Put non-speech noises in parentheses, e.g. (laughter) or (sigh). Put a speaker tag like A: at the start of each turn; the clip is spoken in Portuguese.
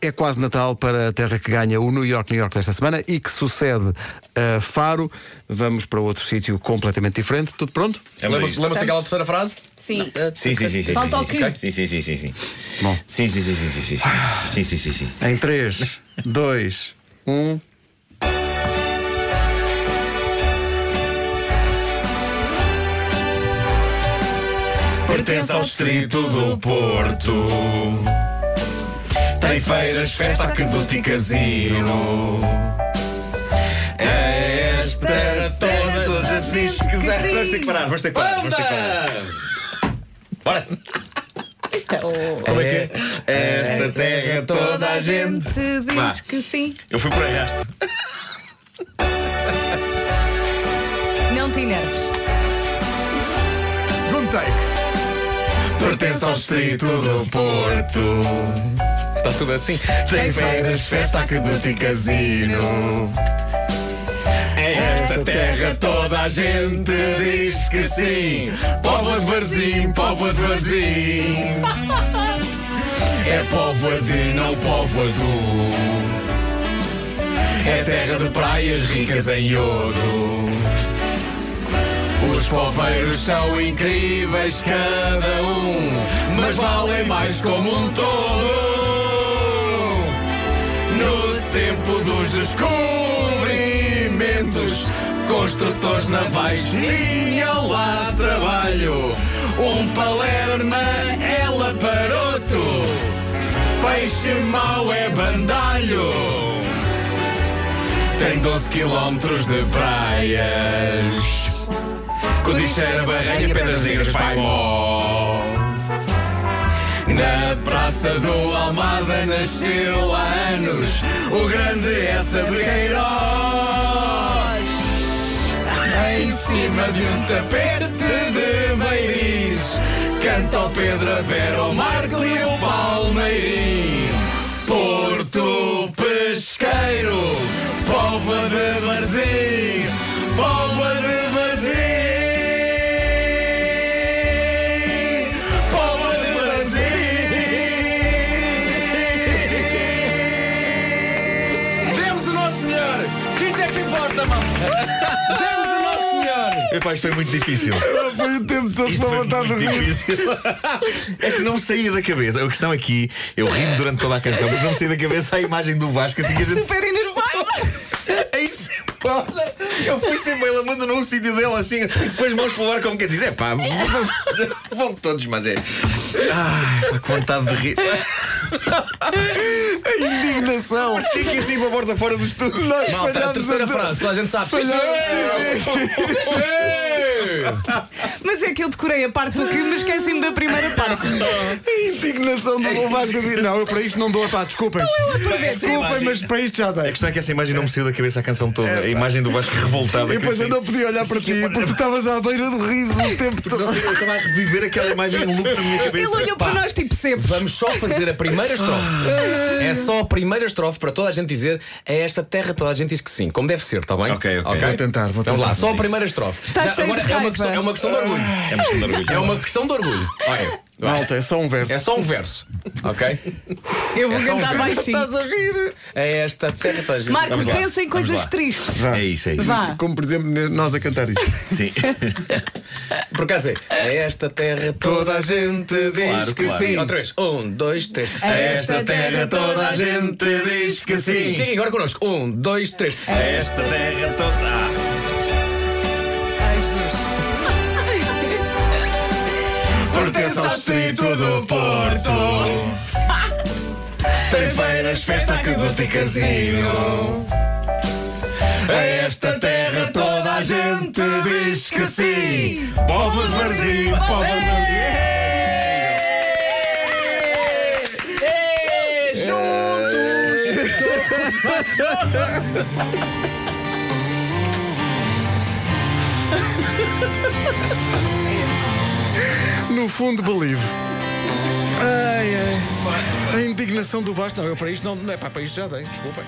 A: É quase Natal para a terra que ganha o New York, New York desta semana e que sucede a Faro. Vamos para outro sítio completamente diferente. Tudo pronto?
B: Lembra-se lembra daquela terceira frase? Eh,
C: Sim,
D: Sim.
C: sim, sim, sim.
D: Falta
C: sim,
D: o
C: sim,
D: quê?
C: ok? Sim, sim, sim, sim, sim.
A: Bom.
C: Sim, sim, sim, sim, sim, sim. Sim, sim, sim, sim.
A: Em (laughs) 3, 2, 1.
C: Pertence ao distrito do Porto. Tem feiras, festa, aqueduto e casino. Esta terra toda, toda a gente diz que quiser. Vamos ter que parar, vamos ter que parar, vamos ter que parar. Bora! Como é que é? Esta terra toda a gente.
D: diz
C: Vá.
D: que sim.
C: Eu fui para resto.
D: Não te enerves.
A: Segundo take.
C: Pertence ao distrito do Porto.
B: Está tudo assim.
C: Tem feiras, festa, aqueduto e casino. É Esta terra toda a gente diz que sim. Póvoa de Varzim, póvoa de Varzim. É póvoa de não póvoa do. É terra de praias ricas em ouro. Os poveiros são incríveis, cada um, mas valem mais como um todo. No tempo dos descobrimentos, construtores navais tinham lá trabalho. Um Palerma é laparoto, peixe mau é bandalho. Tem 12 quilómetros de praias. Codiceira, Barranha, Pedras Negras, Paimó Na Praça do Almada nasceu há anos O grande essa de Queiroz Em cima de um tapete de Meiris Canta o Pedro, a Vera, o Marco e o Palmeirim Porto Pesqueiro Pova de Varzim Pova de Varzim Pova de Varzim Demos o nosso melhor Que isso é que importa, mano Demos o nosso melhor
E: Epá, isto foi muito difícil.
A: Foi o tempo todo
E: Isto
A: com
E: foi
A: vontade
E: muito
A: de rir.
E: difícil. é que não me saía da cabeça. A questão aqui, eu rimo durante toda a canção, mas não me saía da cabeça a imagem do Vasco assim que a gente.
D: Super enervada.
E: É isso, embora. Eu fui sempre ele mandando num sítio dele assim, com as mãos pelo ar, como quem diz, é
A: (laughs)
E: pá, vão- vão todos, mas é. Ai, pá, que vontade de rir.
A: Indignação.
E: Parecia que ia sair para a porta fora do estúdio.
A: Nós
B: Malta, a
A: falhámos
B: terceira frase, toda a gente sabe. Sim,
A: Falhámos.
B: sim.
D: Mas é que eu decorei a parte do que me esqueci-me da primeira
C: Então,
D: parte.
A: A indignação do Vasco. assim, Não, eu para isto não dou. Pá, desculpem. Desculpem, mas para isto já
E: A
A: dei.
E: questão é que essa imagem não me saiu da cabeça a canção toda. a imagem do Vasco revoltado.
A: E depois
E: que
A: eu não podia olhar para ti porque tu estavas à beira do riso o tempo todo.
E: Eu estava a reviver aquela imagem em loop na minha
D: Ele
E: cabeça.
D: olhou para nós tipo sempre.
B: Vamos só fazer a primeira estrofe. É só a primeira estrofe para toda a gente dizer a esta terra toda a gente diz que sim, como deve ser, está bem?
E: Ok, ok.
A: Vou tentar, vou
B: Vamos
A: tentar.
B: lá, só a primeira estrofe.
D: Está cheio
B: agora
D: de
B: é, uma
D: raiva.
B: questão, é uma questão de orgulho.
E: É muito de orgulho.
B: É uma questão de orgulho. Olha, vai.
A: Malta, é só um verso.
B: É só um verso, ok?
D: Eu vou
B: É só um
D: cantar
B: verso.
D: baixinho.
A: Estás a rir.
B: É esta terra toda a gente.
D: Marcos,
E: Vamos lá,
D: pensa em
E: vamos
D: coisas
E: lá.
D: tristes.
A: Vá.
E: É isso, é isso.
D: Vá.
A: Como por exemplo ne- nós a cantar isto.
E: Sim.
B: Por acaso é. A esta terra toda a gente.
A: diz
E: Claro, que claro. sim.
B: Outra vez. Um, dois, três.
D: É Esta terra toda a gente
E: diz que
B: Sim, agora connosco. Um, dois, três.
E: Esta terra toda.
D: Ai, Jesus.
E: Pertence ao distrito do Porto. Tem feiras, festa, aqueduto e casino. A esta terra toda a gente diz que sim. Povo de Varzim, povo de Varzim.
A: No fundo, believe. Ai, ai. A indignação do Vasco. Não, eu para isto não. não é pá, para isto já dei, desculpem.